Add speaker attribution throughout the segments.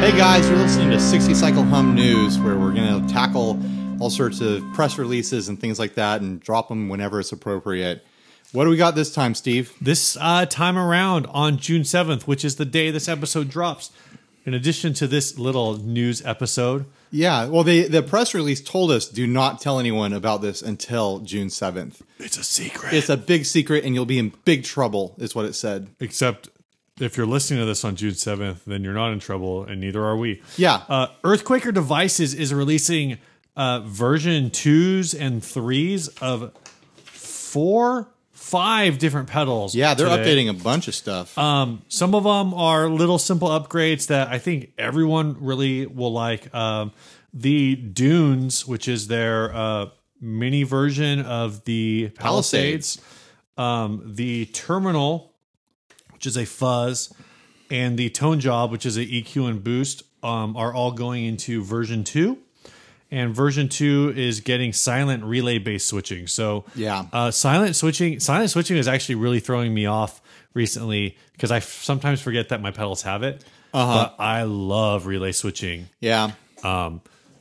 Speaker 1: Hey guys, you're listening to 60 Cycle Hum News, where we're going to tackle all sorts of press releases and things like that and drop them whenever it's appropriate. What do we got this time, Steve?
Speaker 2: This uh, time around on June 7th, which is the day this episode drops, in addition to this little news episode,
Speaker 1: Yeah, well, they, the press release told us do not tell anyone about this until June 7th.
Speaker 2: it's a secret.
Speaker 1: It's a big secret and you'll be in big trouble, is what it said.
Speaker 2: Except if you're listening to this on June 7th, then you're not in trouble, and neither are we.
Speaker 1: Yeah.
Speaker 2: Uh, Earthquaker Devices is releasing uh, version twos and threes of four, five different pedals.
Speaker 1: Yeah, they're
Speaker 2: today.
Speaker 1: updating a bunch of stuff.
Speaker 2: Some of them are little simple upgrades that I think everyone really will like. Um, the Dunes, which is their uh, mini version of the Palisades, um, the Terminal, which is a fuzz, and the Tone Job, which is an EQ and boost, um, are all going into version two. And version two is getting silent relay based switching. So
Speaker 1: Yeah.
Speaker 2: uh, silent switching. Silent switching is actually really throwing me off recently because I f- sometimes forget that my pedals have it. Uh-huh. But I love relay switching.
Speaker 1: yeah.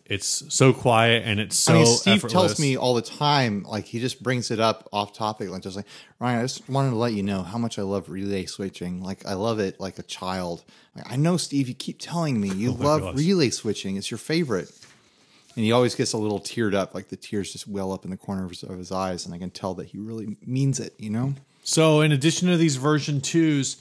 Speaker 2: It's so quiet and it's so.
Speaker 1: I mean, Steve tells
Speaker 2: effortless.
Speaker 1: me all the time, like he just brings it up off topic, like just like Ryan. I just wanted to let you know how much I love relay switching. Like I love it like a child. Like, I know, Steve, you keep telling me you love
Speaker 2: Oh gosh.
Speaker 1: relay switching. It's your favorite, and he always gets a little teared up. Like the tears just well up in the corners of his eyes, and I can tell that he really means it. You know?
Speaker 2: So, in addition to these version twos,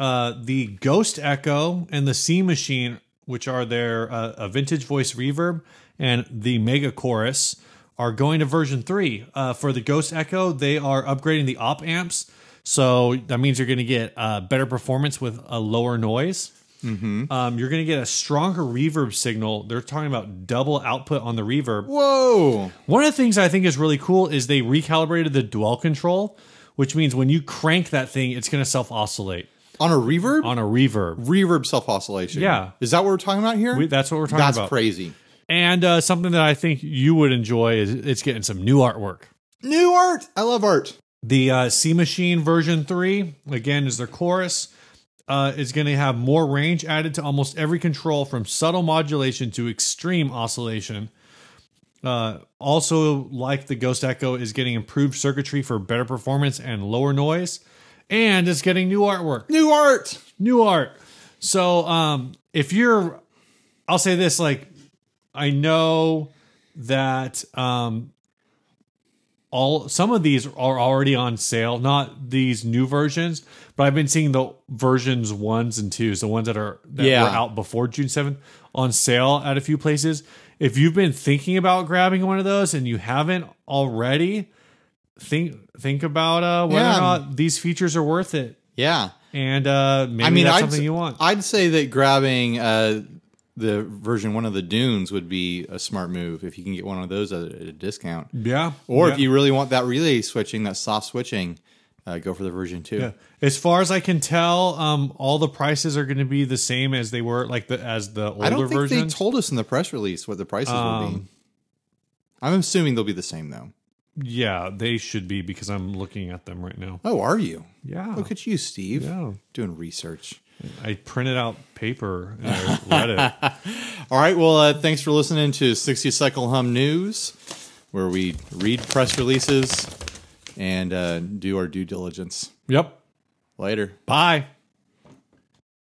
Speaker 2: uh, the Ghost Echo and the C Machine, which are their uh, a vintage voice reverb, and the Mega Chorus are going to version three. Uh, for the Ghost Echo, they are upgrading the op amps, so that means you're going to get uh, better performance with a lower noise. Um, you're going to get a stronger reverb signal. They're talking about double output on the reverb.
Speaker 1: Whoa!
Speaker 2: One of the things I think is really cool is they recalibrated the dwell control, which means when you crank that thing, it's going to self oscillate
Speaker 1: On a reverb,
Speaker 2: on a reverb.
Speaker 1: reverb self oscillation.
Speaker 2: Yeah.
Speaker 1: is that what we're talking about here?
Speaker 2: We- that's what we're talking
Speaker 1: that's
Speaker 2: about.
Speaker 1: crazy.
Speaker 2: And uh, something that I think you would enjoy is it's getting some new artwork.
Speaker 1: New art. I love art.
Speaker 2: The uh, C Machine version 3, again, is their chorus, uh, is going to have more range added to almost every control from subtle modulation to extreme oscillation. Uh, also, like the Ghost Echo, is getting improved circuitry for better performance and lower noise. And it's getting new artwork.
Speaker 1: New art.
Speaker 2: new art. So um if you're I'll say this like I know that um all some of these are already on sale, not these new versions, but I've been seeing the versions ones and twos, the ones that are that
Speaker 1: Yeah.
Speaker 2: were out before June 7th on sale at a few places. If you've been thinking about grabbing one of those and you haven't already, think think about uh, whether
Speaker 1: Yeah.
Speaker 2: or not these features are worth it
Speaker 1: Yeah.
Speaker 2: and uh, maybe
Speaker 1: I mean,
Speaker 2: that's
Speaker 1: I'd,
Speaker 2: something you want.
Speaker 1: I'd say that grabbing uh, the version one of the Dunes would be a smart move if you can get one of those at a discount.
Speaker 2: yeah.
Speaker 1: Or if you really want that relay switching, that soft switching, uh, go for the version two.
Speaker 2: Yeah. as far as I can tell, um, all the prices are going to be the same as they were, like the as the older
Speaker 1: I don't think
Speaker 2: versions. Um,
Speaker 1: they told us in the press release what the prices will be. I'm assuming they'll be the same though.
Speaker 2: yeah, they should be because I'm looking at them right now.
Speaker 1: Oh, are you?
Speaker 2: Yeah,
Speaker 1: Look at you, Steve.
Speaker 2: Yeah.
Speaker 1: Doing research.
Speaker 2: I printed out paper and I read it.
Speaker 1: All right. Well, uh, thanks for listening to 60 Cycle Hum News, where we read press releases and uh, do our due diligence.
Speaker 2: Yep.
Speaker 1: Later.
Speaker 2: Bye.